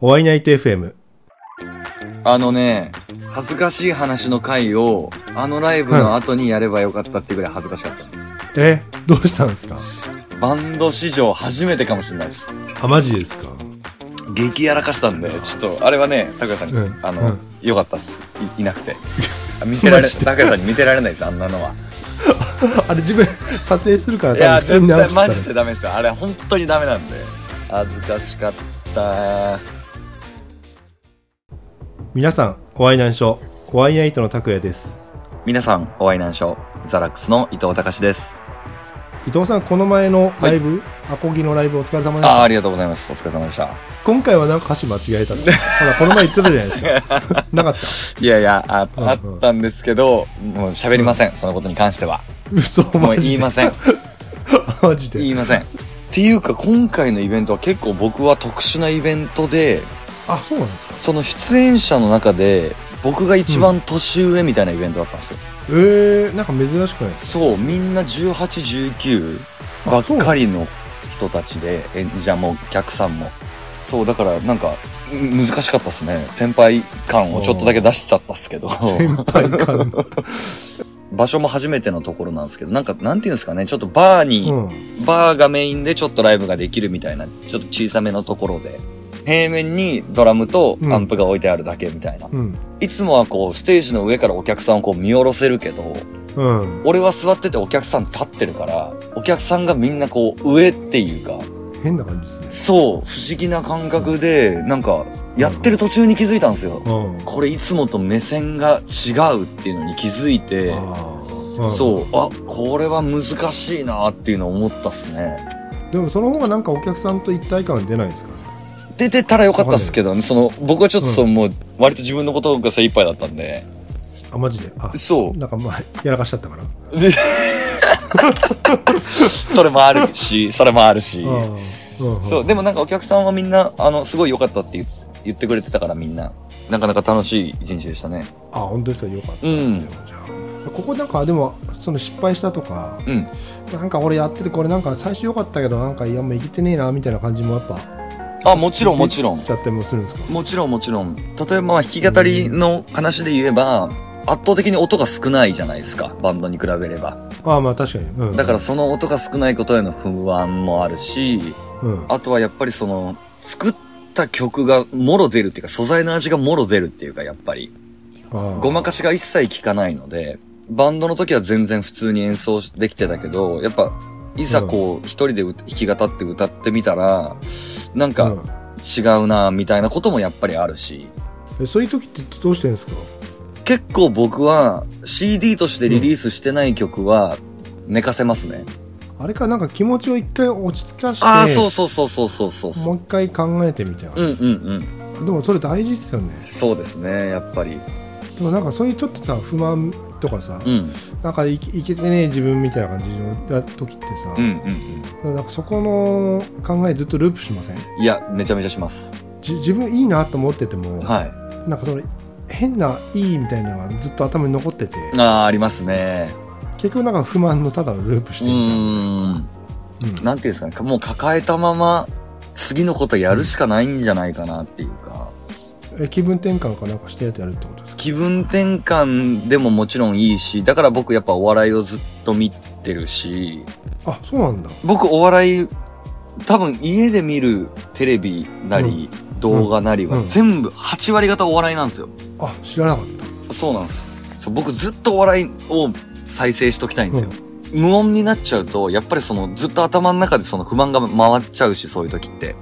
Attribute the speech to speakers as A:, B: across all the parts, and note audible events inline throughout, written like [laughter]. A: お会いナイト FM。
B: あのね、恥ずかしい話の回を、あのライブの後にやればよかったっていうぐらい恥ずかしかったんです。
A: え、どうしたんですか
B: バンド史上初めてかもしれないです。
A: あ、マジですか
B: 激やらかしたんで、ちょっと、あれはね、拓也さんに、
A: うん
B: あ
A: う
B: の、
A: ん
B: よかったっす。いいなく
A: [laughs]
B: て。あ見せられ、
A: マジで
B: 拓也さんに見せられないです、あんなのは。
A: [laughs] あれ自分撮影するから
B: いや、
A: 多分普通
B: 絶
A: に直
B: 対
A: してた
B: マ
A: ら
B: ジでダメですよ。あれ、本当にダメなんで。恥ずかしかった。
A: 皆さん、お会いなんしょう。お会いナイトの拓也です。
B: 皆さん、お会いなんしょう。ザラックスの伊藤隆です。
A: 伊藤さん、この前のライブ、アコギのライブお疲れ様でし
B: ああー、
A: た。
B: ありがとうございます。お疲れ様でした。
A: 今回はなんか歌詞間違えたの。ほら、この前言ってたじゃないです [laughs] か。なかった。
B: いやいや、あ
A: うんうん
B: あったんですけど、もう喋りません。そのことに関しては。
A: 嘘、
B: も
A: マ
B: う
A: ジ
B: 言い
A: で。
B: ません。
A: マジで
B: 言。いません。っていうか、今回のイベントは結構僕は特殊なイベントで、
A: あ、そうなんですか。
B: その出演者の中で、僕が一番年上みたいなイベントだったんですよ。
A: えー、なんか珍しくないです
B: そう、みんな18、19ばっかりの人たちで、演者もお客さんも。そう、だからなんか、ん難しかったですね。先輩感をちょっとだけ出しちゃったっすけど。
A: か先輩感 [laughs] の。
B: 場所も初めてのところなんですけど、なんか、なんていうんですかね、ちょっとバー
A: う
B: に、
A: ん。
B: バーがメインでちょっとライブができるみたいな、ちょっと小さめのところで、平面にドラムと
A: うん
B: アンプが置いてあるだけみたいな。
A: うん。
B: いつもはこう、ステージの上からお客さんをこう見下ろせるけど、
A: うん。
B: 俺は座っててお客さん立ってるから、お客さんがみんなこう、上っていうか、
A: 変な感じですね。
B: そう、不思議な感覚で、なんか、やってる途中に気づいたんですよ。
A: うん。
B: これいつもと目線が違うっていうのに気づいて、
A: あーうん
B: そう、あ、これは難しいなっていうのを思ったっすね。
A: でもその方がなんかお客さんと一体感出ないですか
B: 出てたらよかったっすけどね、その、僕はちょっとそう、もう、割と自分のことが精一杯だったんで、
A: あ、マジで。あ、
B: そ
A: なんかまあ、やらかしちゃったから。
B: う。で [laughs] それもあるし、それもあるし。
A: うん
B: そう、でもなんかお客さんはみんな、あの、すごい良かったって言言ってくれてたからみんな、なかなか楽しい一日でしたね。
A: あ、本当ですか。よかった
B: う
A: ですよ。
B: ん。
A: じゃあここなんかでもその失敗したとか
B: うん。
A: なんか俺やっててこれなんか最初良かったけどなんかいやもういけてねえなみたいな感じもやっぱも
B: あ、もちろんもちろん
A: し。ちゃったりもするんですか
B: もちろんもちろん。例えばまあ弾き語りの話で言えば、圧倒的に音が少ないじゃないですか。バンドに比べれば。
A: ああまあ確かに、うん、
B: だからその音が少ないことへの不安もあるし、
A: うん、
B: あとはやっぱりその、作った曲がもろ出るっていうか、素材の味がもろ出るっていうか、やっぱり。ご
A: ご
B: まかしが一切効かないので、バンドの時は全然普通に演奏できてたけど、やっぱ、いざこう、一人で歌弾き語って歌ってみたら、なん
A: う
B: か
A: ん
B: 違うな、みたいなこともやっぱりあるし、
A: えそういう時ってどうしてるんですか
B: 結構僕は CD としてリリースしてない曲は寝かせますね。
A: あれかなんか気持ちを一回落ち着かして
B: ああ、そうそうそうそうそうそうそう。
A: もう一回考えてみたいな、
B: うんうんうん。
A: でもそれ大事ですよね
B: そうですね、やっぱり。
A: でもなんかそういうちょっとさ不満とかさ、
B: うん。
A: なんかいけいけてねえ自分みたいな感じのや時ってさ
B: うんう、んうん。
A: なんかそこの考えずっとループしません
B: いや、めちゃめちゃします。
A: じ自分いいなと思ってても、
B: はい。
A: なんかそれ変ないいみたいなのがずっと頭に残ってて
B: ああ、ありますね。
A: 結局なんか不満のただのループして
B: う
A: るじゃん、
B: ーん。
A: うん
B: なんていうんですかね、もう抱えたまま、次のことやるしかないんじゃないかなっていうか、
A: え気分転換かなんかしてやってやるってことですか
B: 気分転換でももちろんいいし、だから僕やっぱお笑いをずっと見てるし、
A: あそうなんだ
B: 僕お笑い、多分家で見るテレビなり、動画なり
A: う
B: は
A: ん
B: 全部8割方お笑いなんですよ。
A: あ知らなかっ
B: そうなんです。そう僕ずっとお笑いを再生しときたいんですよ。無音になっちゃうと、やっぱりそのずっと頭の中でその不満が回っちゃうし、そういう時って。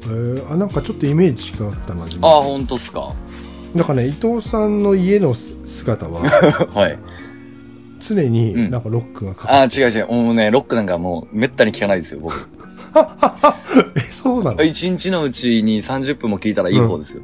A: た、えーあなんかちょっとイメージ違ったな自
B: あ
A: 分
B: あ、ほんとっ
A: [laughs]
B: すか。
A: なんかね伊藤さんの家のす姿
B: [laughs]
A: は
B: はい。
A: 常
B: う
A: に
B: ん
A: なんかロックがかか
B: ああ、違う違う。もうね、ロックなんかもう、めったに聞かないですよ、僕。
A: る、えそうなの
B: 一日のうちに30分も聞いたらいい方ですよ。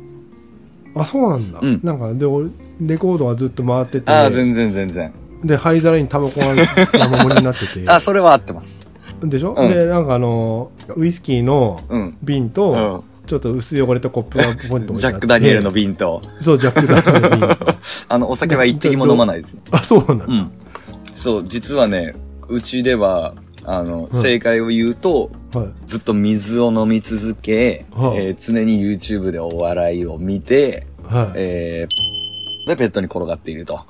A: あそうなんだ、
B: うん
A: なんかで俺レコードはずっと回ってて
B: ああ、全然全然。
A: で灰皿にタバコ
B: [laughs]
A: が山盛りになってて
B: あそれは合ってます。
A: でしょ、
B: うん
A: でなんかあのウイスキーの
B: うん。
A: 瓶
B: う
A: と、
B: ん。
A: ちょっと薄汚れたコップがポンと置いてあって
B: ジャック・ダニエルの瓶と、
A: そうジャック・ダニエルの瓶
B: [laughs]
A: と
B: あの、お酒は一滴も飲まないです。
A: あそうなんだ、
B: うん。そう、実はね、うちでは、あの、
A: うん
B: 正解を言うと、
A: はい。
B: ずっと水を飲み続け、
A: はあ
B: えー常に YouTube でお笑いを見て、
A: はい。
B: えーで、ベッドに転がっていると。
A: あ、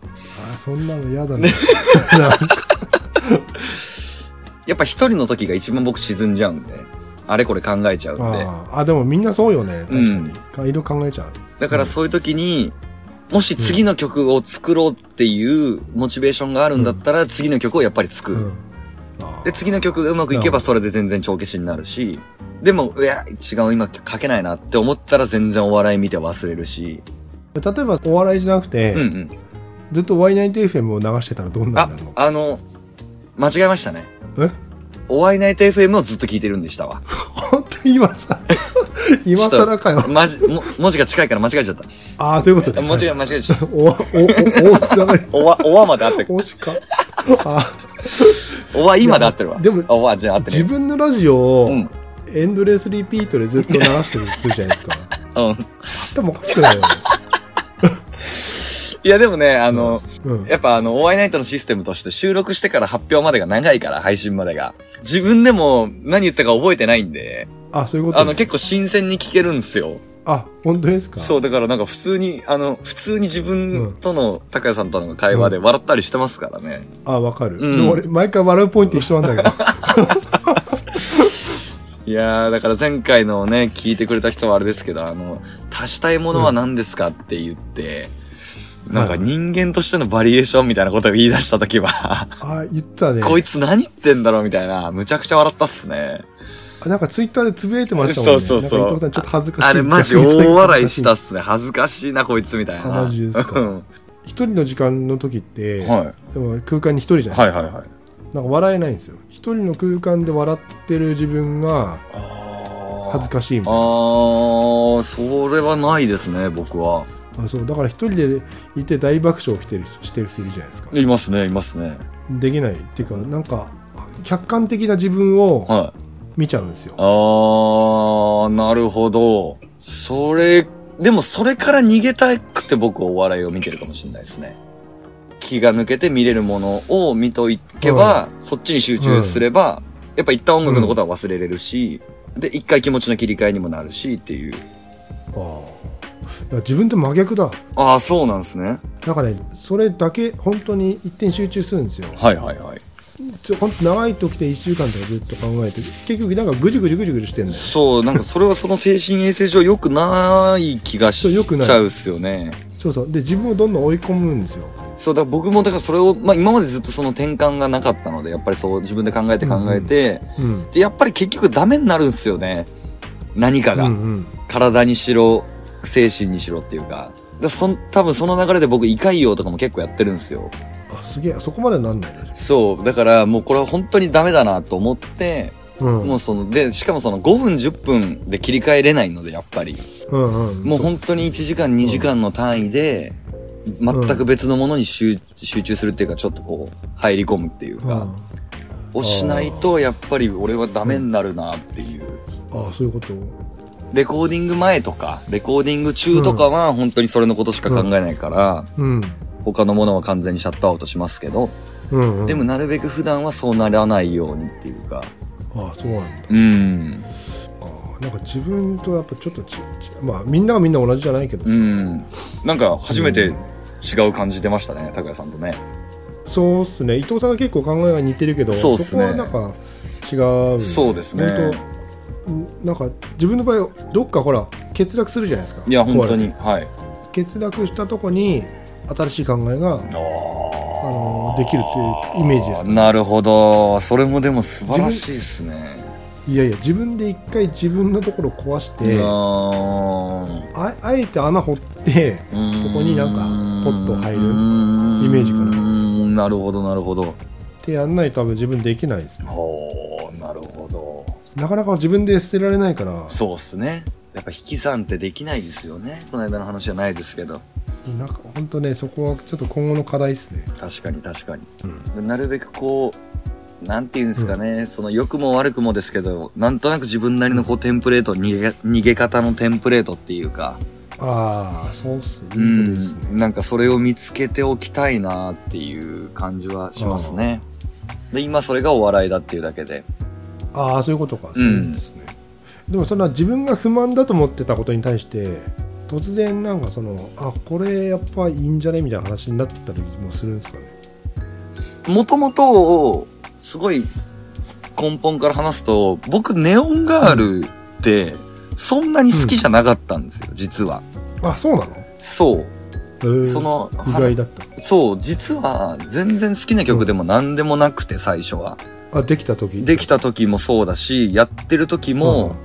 A: そんなの嫌だね。
B: やっぱ一人の時が一番僕沈んじゃうんで、あれこれ考えちゃうんで。
A: あーあ、でもみんなそうよね。確か
B: うん
A: に。かいろいろ考えちゃう。
B: だからそういう時に、もし次の曲を作ろうっていうモチベーションがあるんだったら、次の曲をやっぱり作る。
A: うん。あ
B: で、次の曲がうまくいけばそれで全然帳消しになるし、でも、いや、違う、今書けないなって思ったら全然お笑い見て忘れるし、
A: ー例えばお笑いじゃなくて、
B: うんうん。
A: ずっと Y9FM を流してたらどんな
B: あ
A: になるの、
B: あの、間違えましたね。
A: え
B: お会いナイト FM をずっと聞いてるんでしたわ。
A: 本当に今さ、今更かよ
B: ちょっ。とまじ、も文字が近いから間違えちゃ
A: [laughs]
B: った。
A: ああ、ということで。
B: 間違え、間違えちゃった。
A: お、お、お、お、つながり。
B: おわ、おわまで合ってる。
A: おしか。あ
B: おわ今で合ってるわ。
A: でも
B: おわじゃあ合って
A: 自
B: る。
A: 分のラジオを
B: うん
A: エンドレスリピートでずっと流してるとするじゃないですか。
B: うん。
A: 頭おかしくないよね。
B: いやでもね、あの、
A: うん
B: やっぱあの、お会いナイトのシステムとして収録してから発表までが長いから、配信までが。自分でも何言ったか覚えてないんで、
A: あ、そういうこと
B: あの、結構新鮮に聞けるんですよ。
A: あ、本当ですか。
B: そうう、だからなんか普通に、あの、普通に自分との、高谷さんとの会話で笑ったりしてますからね。
A: あ、わかる。
B: うん
A: でも俺、毎回笑うポイント一緒なんだけど。
B: いやー、だから前回のね、聞いてくれた人はあれですけど、あの、足したいものは何ですかって言って、なんか人間としてのバリエーションみたいなことを言い出したとき
A: [laughs]
B: は、
A: あ、言ってたね。
B: こいつ何言ってんだろうみたいな、むちゃくちゃ笑ったっすね。
A: あなんかツイッターでつぶやいてましたもんね。
B: そうそうそう
A: なんか伊藤さんちょっと [laughs] 恥ずかしい。
B: あれマジ大笑いしたっすね。恥ずかしいな、こいつみたいな。
A: あマジですか
B: うん
A: 一人の時間の時って、
B: は
A: でも空間に一人じ
B: い。
A: ゃない、
B: はいはいはい。
A: なんか笑えないんですよ一人の空間で笑ってる自分が
B: あ
A: 恥ずかしいみ
B: あ
A: たい
B: ー、それはないですね、僕は。
A: なあそうだから一人でいて大爆笑してる人してる人いるじゃないですか
B: いますね、いますね。
A: できないっていうかなんか客観的な自分を
B: はい。
A: 見ちゃうんですよ
B: あー、なるほど。それ、でもそれから逃げたくて僕お笑いを見てるかもしれないですね。気が抜けて見れるものを見といけば、そっちに集中すれば、やっぱ一旦音楽のことは忘れれるし、で、一回気持ちの切り替えにもなるしっていう。
A: ああだから自分と真逆だ
B: ああ、そうなんですね。
A: なんかねそれだけ本当に一点集中するんですよ
B: はいはいはい。
A: ちょ本当長い時で1週間とかずっと考えて結局なんかぐじゅぐじゅぐじゅぐじゅしてんだよ
B: そう、なんかそれはその精神衛生上良くない気がし
A: そう良くない
B: ちゃうっすよね。
A: そうそうで自分をどんどん追い込むんですよ
B: そうだ、僕もだからそれを、まあ今までずっとその転換がなかったので、やっぱりそう自分で考えて考えて、
A: うん
B: で、やっぱり結局ダメになるんすよね。何かが。
A: うんうん
B: 体にしろ、精神にしろっていうか。で、そん、多分その流れで僕、胃潰瘍とかも結構やってるんすよ。
A: あすげえそこまでなんないね
B: そう。だから、もうこれは本当にダメだなと思って、
A: うん
B: もうその、で、しかもその5分10分で切り替えれないので、やっぱり。
A: うんうん
B: もう本当に1時間2時間の単位で、全く別のものに集集中するっていうか、ちょっとこう、入り込むっていう
A: うん
B: か、をしないと、やっぱり俺はダメになるなっていう。
A: ああそういうこと
B: レコーディング前とか、レコーディング中とかは本当にそれのことしか考えないから、
A: うん
B: 他のものは完全にシャットアウトしますけど、
A: うん、うん、
B: でもなるべく普段はそうならないようにっていうか、
A: ああそうなんだ
B: うん、
A: ああなんか自分とやっぱちょっとちちまあみんながみんな同じじゃないけど、
B: うん。なんか初めて違う感じ出ましたね、高谷さんとね。
A: そうっすね伊藤さんは結構考えが似てるけど
B: そうっすね
A: こはなんか違うんだ
B: そうですね
A: 本当んなんか自分の場合どっかほら欠落するじゃないですか
B: いや、本当
A: 壊れ
B: に、はい。
A: て欠落したとこに新しい考えが、あのできるっていうイメージです
B: なるほど。それもでも素晴らしいですね。
A: いやいや自分で一回自分のところを壊して
B: こ
A: ああえて穴掘ってそこになんかポッと入るイメージかな
B: な。なるほど、なるほど。
A: ってやんないと多分自分できないですね
B: おーなるほど。
A: なかなか自分で捨てられないから
B: そうっすね。やっぱ引き算ってできないですよね。この間の話じゃないですけど。
A: なんか本当ねそこはちょっと今後の課題ですね
B: 確かに確かに。
A: うん
B: でなるべくこう、なんて言うんですかね、その良くも悪くもですけど、なんとなく自分なりのこうテンプレート、逃げ、逃げ方のテンプレートっていうか、
A: ああそうっすねいいことですね
B: うんなんかそれを見つけておきたいなっていう感じはしますね。で、今それがお笑いだっていうだけで。
A: ああそういうことか、
B: うん
A: そうなんですねでもそんな自分が不満だと思ってたことに対して突然なんかそのあこれやっぱいいんじゃねみたいな話になったりもするんですかね
B: もともと、すごい根本から話すと、僕、ネオンガールって、そんなに好きじゃなかったんですよ、実は。
A: あそうなの、
B: そう。
A: えー
B: その、
A: 意外だった
B: そう、実は全然好きな曲でも何でもなくて、最初は。
A: あできた時
B: できた時もそうだし、やってる時も、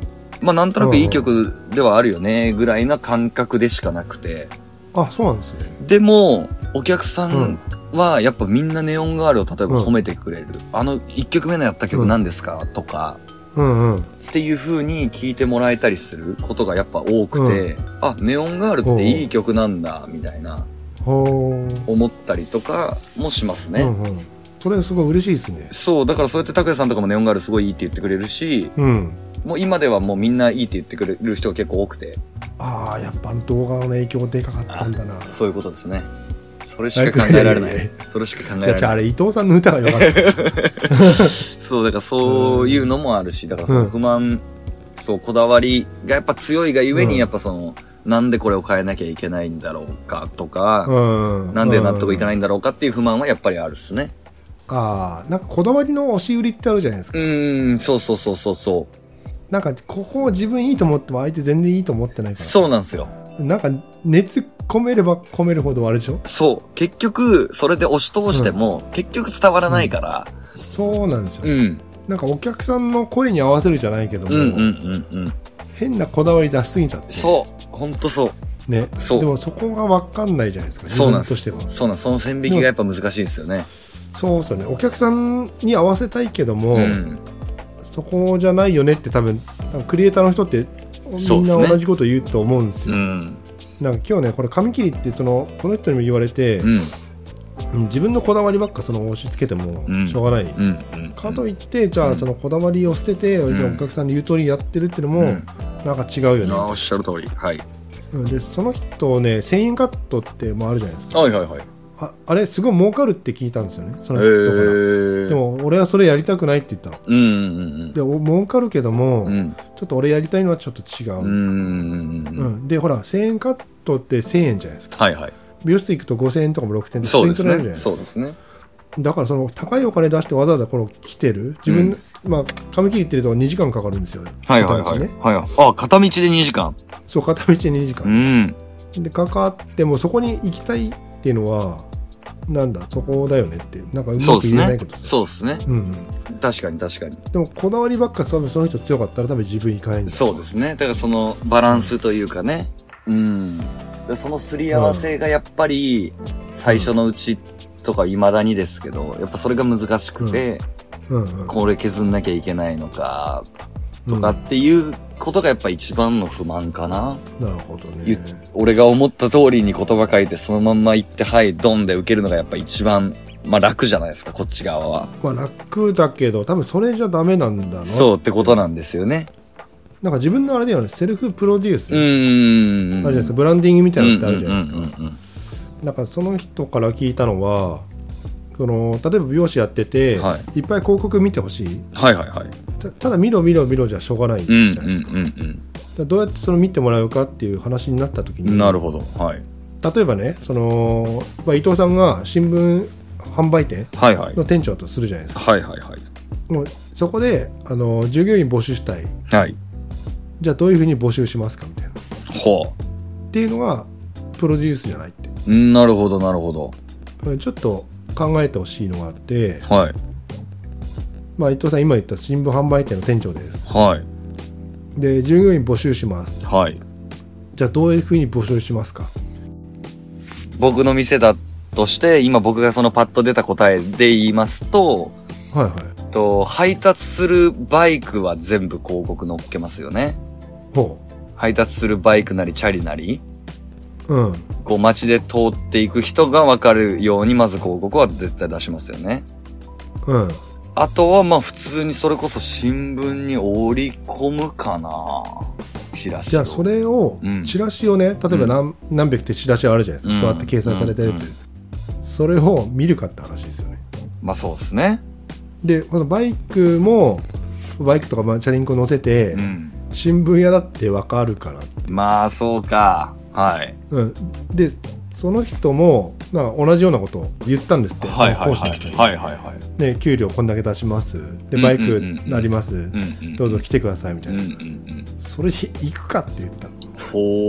B: まあなんとなくいい曲ではあるよね、ぐらいな感覚でしかなくて。
A: あそうなんですね
B: でも、お客さ
A: うんん
B: はやっぱみんなネオンガールを例えば
A: うん
B: 褒めてくれる。あの1曲目のやった曲何ですか、とか、
A: うんうん
B: っていう風に聞いてもらえたりすることがやっぱ多くて、あ、ネオンガールっていい曲なんだ、みたいな、
A: ほー
B: 思ったりとかもしますね。
A: うんうん、それすごい嬉しいですね
B: そう、だからそうやって拓也さんとかもネオンガールすごいいいって言ってくれるし、
A: うん
B: もう今ではもうみんないいって言ってくれる人が結構多くて、
A: ああやっぱあの動画の影響でかかったんだな
B: そういうことですね。それしか考えられない
A: やいやい
B: い。それしか考
A: だ
B: え
A: っ
B: られ
A: て
B: な
A: あ
B: い。
A: れ伊藤さんの歌が良かった
B: そう、だからそういうのもあるし、だからその
A: うん
B: 不満、そう、こだわりがやっぱ強いがゆえ
A: う
B: に、
A: ん
B: やっぱその、なんでこれを変えなきゃいけないんだろうかとか、
A: うん、
B: [laughs] なんで納得いかないいんだろうかっていう不満はやっぱりあるっすね。
A: ああなんかこだわりの押し売りってあるじゃないです
B: う
A: か、
B: ーん、そうそうそうそうそう。
A: なんかここを自分いいと思っても相手全然いいと思ってないか
B: そうなんですよ。
A: らなんか熱込めれば込めるほどあれでしょ
B: そう。結局、それで押し通しても、結局伝わらないから、
A: そうなんですよ、
B: うん。
A: なんかお客さんの声に合わせるじゃないけども、
B: うんうんうんうん。
A: 変なこだわり出しすぎちゃって
B: そう。ほんとそう。
A: ね
B: そう
A: でもそこが分かんないじゃないですか
B: そうなんで
A: 自分と
B: す。
A: して
B: そうなんです。その線引きがやっぱ難しいですよね。
A: はそうですよねお客さんに合わせたいけども、
B: うん。
A: そこじゃないよねって多分多分クリエイターの人ってみ
B: そうっ
A: ん
B: す
A: な
B: ね
A: 同じこと言うと思うんです
B: う
A: よ、
B: ん。
A: なんか今日ねこれ髪切りってそのこの人にも言われて、
B: うん。
A: うん自分のこだわりばっかその押し付けても
B: うん
A: しょうがない、
B: うん。うん。
A: かといってじゃ
B: う
A: あ
B: ん
A: そのこだわりを捨てて、
B: うん
A: お客さんの言う通りやってるってのも、
B: うん
A: なんか違う
B: ああ、
A: よ
B: おっ
A: ね、
B: しゃる通り。はい。
A: うんでその人ね1000円カットってもあるじゃないです
B: はいはいはい。へ
A: かああれすごい儲かるって聞いたんですよねその人か
B: え
A: ら、で
B: ー。
A: も俺はそれやりたくないって言ったの
B: うんうん
A: でお儲かるけども、
B: うん。うん。
A: ちょっと俺やりたいのはちょっと違う、
B: うんうんうんう。
A: うんん、でほら1000円カットって1000円じゃないですか
B: はいはい。
A: 美容室行くと5000円とかも6000円とか
B: そう
A: 普
B: で
A: 通
B: す
A: に取られるじゃない
B: ね。
A: ですか
B: そうですね。
A: だからその高いお金出してわざわざこの来てる自分、まあ髪切りってると2時間かかるんですよ
B: はいはいは
A: 片
B: い
A: 道ね。
B: はい。あ、片道で2時間。
A: そう片道2時
B: う
A: 間、
B: ん。
A: でかかってもそこに行きたいっていうのはなんだそこだよねってなんかう
B: そ
A: まく
B: うです
A: 言えない
B: ね
A: こと。
B: そうですね。
A: うんうん、
B: 確かに確かに。
A: でもこだわりばっか多分その人強かったら多分自分行かないんだ
B: そうですね。だからそのバランスというかね。うん。でそのすり合わせがやっぱり最初のうちとか未だにですけど、やっぱそれが難しくて、
A: うんうん
B: これ削んなきゃいけないのか、とかっていうことがやっぱ一番の不満かな。
A: なるほど
B: 言
A: ね
B: っ俺が思った通りに言葉書いてそのまんま言って、はい、ドンで受けるのがやっぱ一番、まあ楽じゃないですか、こっち側は。
A: まあ楽だけど多分それじゃダメなんだな
B: そうってことなんですよね。
A: なんか自分のあれだよねセルフプロデュース、
B: う
A: ある
B: ーん。
A: じゃないですかブランディングみたいなのってあるじゃないですか、
B: うんうんうんうんうん
A: なんかその人から聞いたのはその例えば美容師やってて、、
B: はい
A: っぱい広告見てほしい
B: はいはいはい。
A: たただ見ろ見ろ見ろじゃしょうがないじ
B: う
A: ゃ
B: ん
A: な
B: うん
A: いですか,、
B: うん
A: どうやってその見てもらうかっていう話になった時
B: う
A: に
B: ん。なるほど。はい。
A: 例えばねその、まあ、伊藤さんが新聞販売店
B: はいはい。
A: の店長とするじゃないですか
B: はいはいはい。
A: もうそこであの従業員募集したい
B: はい。
A: じゃあどういうふうに募集しますかみたいなっ
B: ほ
A: ていうのがプロデュースじゃないって
B: う。うんなるほどなるほど。
A: ちょっと考えてほしいのがあって、
B: はい。
A: まあ、伊藤さん今言った新聞販売店の店長です
B: はい。
A: で従業員募集します
B: はい。
A: じゃあどういうふうに募集しますか
B: 僕の店だとして、今僕がそのパッと出た答えで言いますと、
A: はいはい
B: えっと、配達するバイクは全部広告載っけますよね。
A: ほ
B: 配達するバイクなりチャリなり、
A: ううん
B: こう街で通っていく人がわかるようにまず広告は絶対出しますよね。
A: うん
B: あとはまあ普通にそれこそ新聞に織り込むかなチラシを。
A: じゃあそれを
B: うん
A: チラシをね例えば何,、何百ってチラシあるじゃないです
B: うん
A: かこうやって掲載されてるやつ、
B: うん
A: それを見るかって話ですよね
B: まあそうですね。
A: でこのバイクもバイクとかまあチャリンコ乗せて、
B: うん。
A: 新聞屋だってわかるから、
B: まあ、そうか。はい。
A: うん、でその人もなんか同じようなことを言ったんですって、
B: はいはい
A: 講師の人
B: はい。
A: に
B: はいはいはい。
A: ね、給料こんだけ出しますで
B: うん
A: バイクなります、
B: うんうん。
A: どうぞ来てくださいみた
B: う
A: い
B: んう
A: な、
B: んうん。
A: それで行くかって言ったの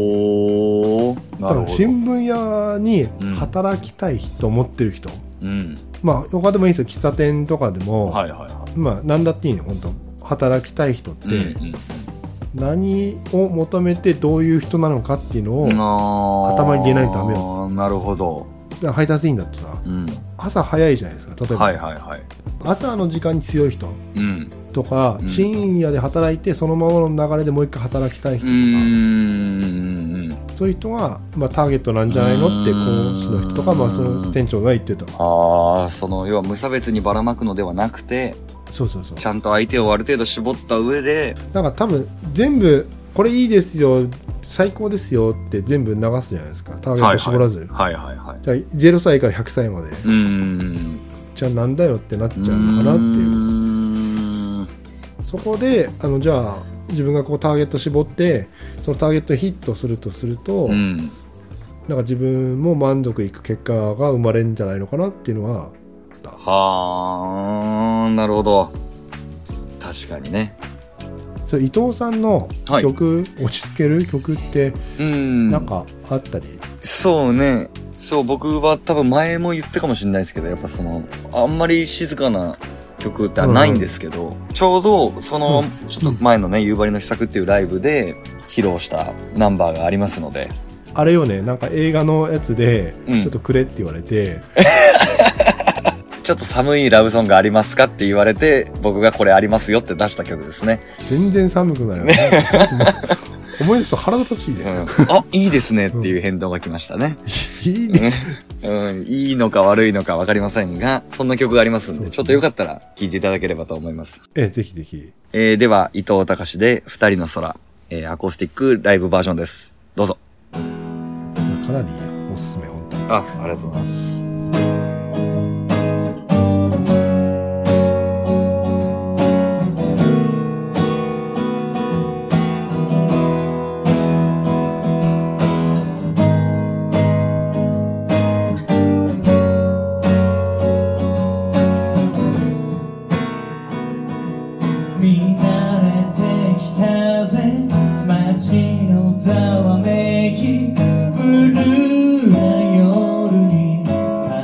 B: ほー。な
A: 多
B: る
A: 分
B: ほど。
A: 新聞屋に働きたい人、持ってる人
B: うん。
A: まあ他でもいいですよ喫茶店とかでも、
B: はいはいは
A: まあ何だっていいね本当働きたい人っ
B: い。うん
A: て何を求めてどういう人なのかっていうのを、
B: うんうん、
A: だか頭
B: あー
A: に入れないとダメよ
B: なるほど。
A: ら配達員だとさ
B: うん。
A: 朝早いじゃないですか例えば、
B: はいはいはい。
A: 朝の時間に強い人
B: うん。
A: とか、
B: うん
A: 深夜で働いてそのままの流れでもう一回働きたい人
B: う
A: とか、
B: ーん。
A: そういう人が、まあ、ターゲットなんじゃないのって
B: うーん
A: 講師の人とか、まあ、その店長が言ってた
B: ああ、その、要は無差別にばらまくのではなくて、
A: そうそうそう
B: ちゃんと相手をある程度絞った上で、
A: なんか多分全部これいいですよ最高ですよって全部流すじゃないですかターゲット絞らず、
B: はいはいはい。
A: じゃあ0歳から100歳まで
B: うーん。
A: じゃあなんだよってなっちゃうのかなっていう
B: う。
A: そこであのじゃあ自分がこうターゲット絞ってそのターゲットヒットするとすると、
B: うん。
A: なんか自分も満足いく結果が生まれるんじゃないのかなっていうのは
B: はあ、なるほど。確かにね。
A: それ伊藤さんの
B: はい
A: 曲、落ち着ける曲って
B: うん。
A: なんかあったり、
B: そうね。そう、僕は多分前も言ったかもしれないですけど、やっぱその、あんまり静かな曲ってないんですけど、ちょうどその、
A: うん
B: ちょっと前のね、夕張の秘策っていうライブで披露したナンバーがありますので、
A: あれよねなんか映画のやつで
B: うん
A: ちょっとくれって言われて、
B: ちょっと寒いラブソングありますかって言われて、僕がこれありますよって出した曲ですね。
A: 全然寒くない
B: [laughs]
A: よね思い出すと腹立たしい
B: うん、
A: ね、
B: あ、いいですねっていう返答が来ましたね。
A: いいね
B: うん、いいのか悪いのかわかりませんが、そんな曲がありますん
A: そうで
B: で、
A: すね
B: ちょっとよかったら聴いていただければと思います。
A: ええぜひぜひ
B: えーでは、伊藤隆で、二人の空、えーアコースティックライブバージョンです。どうぞ。
A: かなりおすすめ本当に
B: あ、ありがとうございます。
C: 見慣れてきたぜ街のざわめきブルーな夜に鼻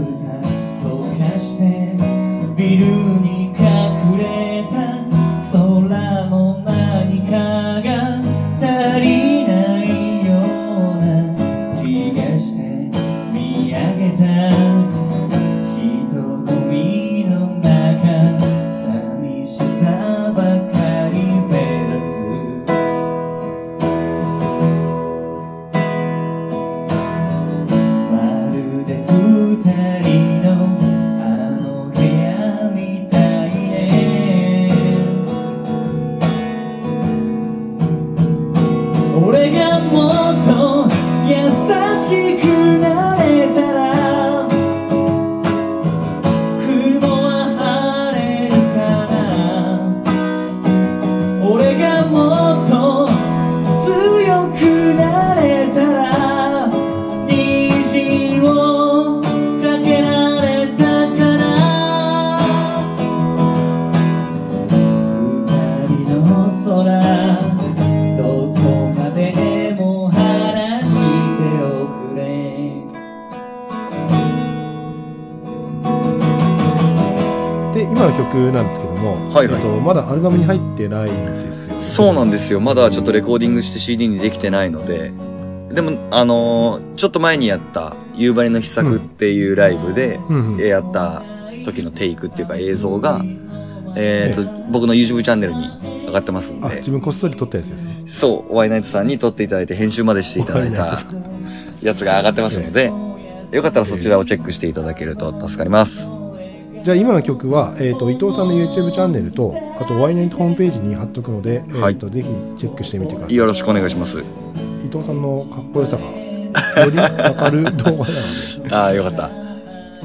C: 歌溶かしてビルに隠れた空も何かが足りないような気がして見上げた人混みの中寂しさばかり目立つまるで二人のあの部屋みたいね俺がもっと優しくなれたら雲は晴れるから俺がもっと強くなれたら虹をかけられたから二人の空どこまでも話しておくれ
A: で今の曲なんですけども、
B: はいはい
A: えっと、まだアルバムに入ってないんですよね、
B: そうなんんですよ。まだちょっとレコーディングして CD にできてないので、でも、あのーちょっと前にやった、夕張の秘策っていうライブで、
A: うんうん
B: えーやった時のテイクっていうか映像が、えっ、と、僕の YouTube チャンネルに上がってますん
A: あ
B: で
A: 自、分こっそり撮ったやつですね
B: そう、ワイナイトさんに撮っていただいて編集までしていただい
A: ワイナイ
B: た
A: トさ
B: やつが上がってますので、よかったらそちらをチェックしていただけると助かります。
A: じゃあ今の曲は、えー、と伊藤さんの YouTube チャンネルとあとワイナイトホームページに貼っとくので、えー、とぜひチェックしてみてください
B: よろしくお願いしま
A: 伊
B: す。
A: 藤さんのかっこよさがよりわかる
B: [laughs]
A: 動画なので
B: ああ、よかった。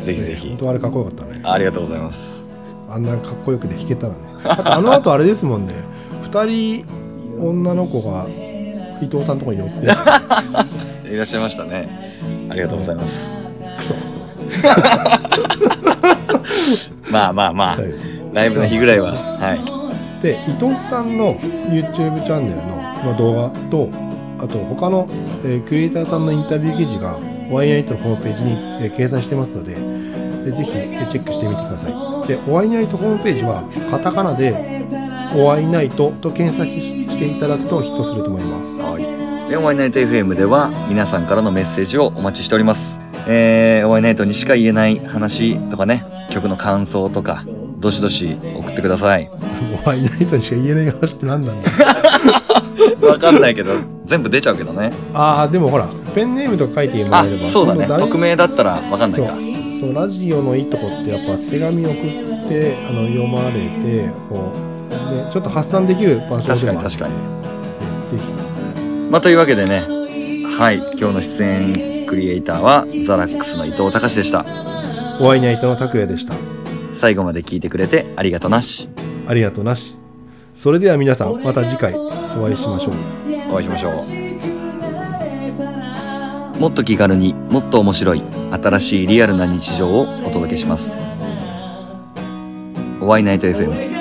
B: ぜひぜ
A: 本
B: ひ。
A: 当あれかっこよかったね
B: ありがとうございます。
A: あんなかっこよくで弾けたらねだってあの後あれですもんね2人女の子が伊藤さんのとこに寄
B: [laughs]
A: って
B: いらっしゃいましたね。ありがとうございます。
A: クソ
B: まあまあまあ
A: そう、です
B: ライブの日ぐらいは、はい。
A: で伊藤さんの YouTube チャンネルのまあ動画とあと他の、えークリエイターさんのインタビュー記事がワイナイトのホームページに、えー掲載してますのででぜひ、えーチェックしてみてくださいでワイナイトホームページはカタカナで「ワイナイト」と検索ししていただくとヒットすると思います [laughs]
B: はい。で、ワイナイト FM では皆さんからのメッセージをお待ちしております。えー、ワイナイトにしか言えない話とかね、曲の感想とか、どしどし送ってください。
A: 「ワイナイト」にしか言えない話って何なんだ
B: わかんないけど、 [laughs] 全部出ちゃうけどね。
A: [laughs] あーでもほらペンネームとか書いてもら
B: あ
A: えれ、ば
B: そうだね。
A: 誰
B: 匿名だったらわかんないか。
A: そうそうラジオのいいとこってやっぱ手紙送ってあの読まれてこうでちょっと発散できる場所
B: 確
A: で
B: か
A: も
B: に
A: ある
B: 確かに。
A: ぜひ
B: まあ、というわけでね、はい。今日の出演クリエイターは、ザラックスの伊藤隆でした。
A: お会いに会いたの拓也でした
B: 最後まで聞いてくれてありがとなし。
A: ありがとうなしそれでは皆さんまた次回お会いしましょう
B: お会いしましょう。もっと気軽にもっと面白い新しいリアルな日常をお届けします。おワイナイト FM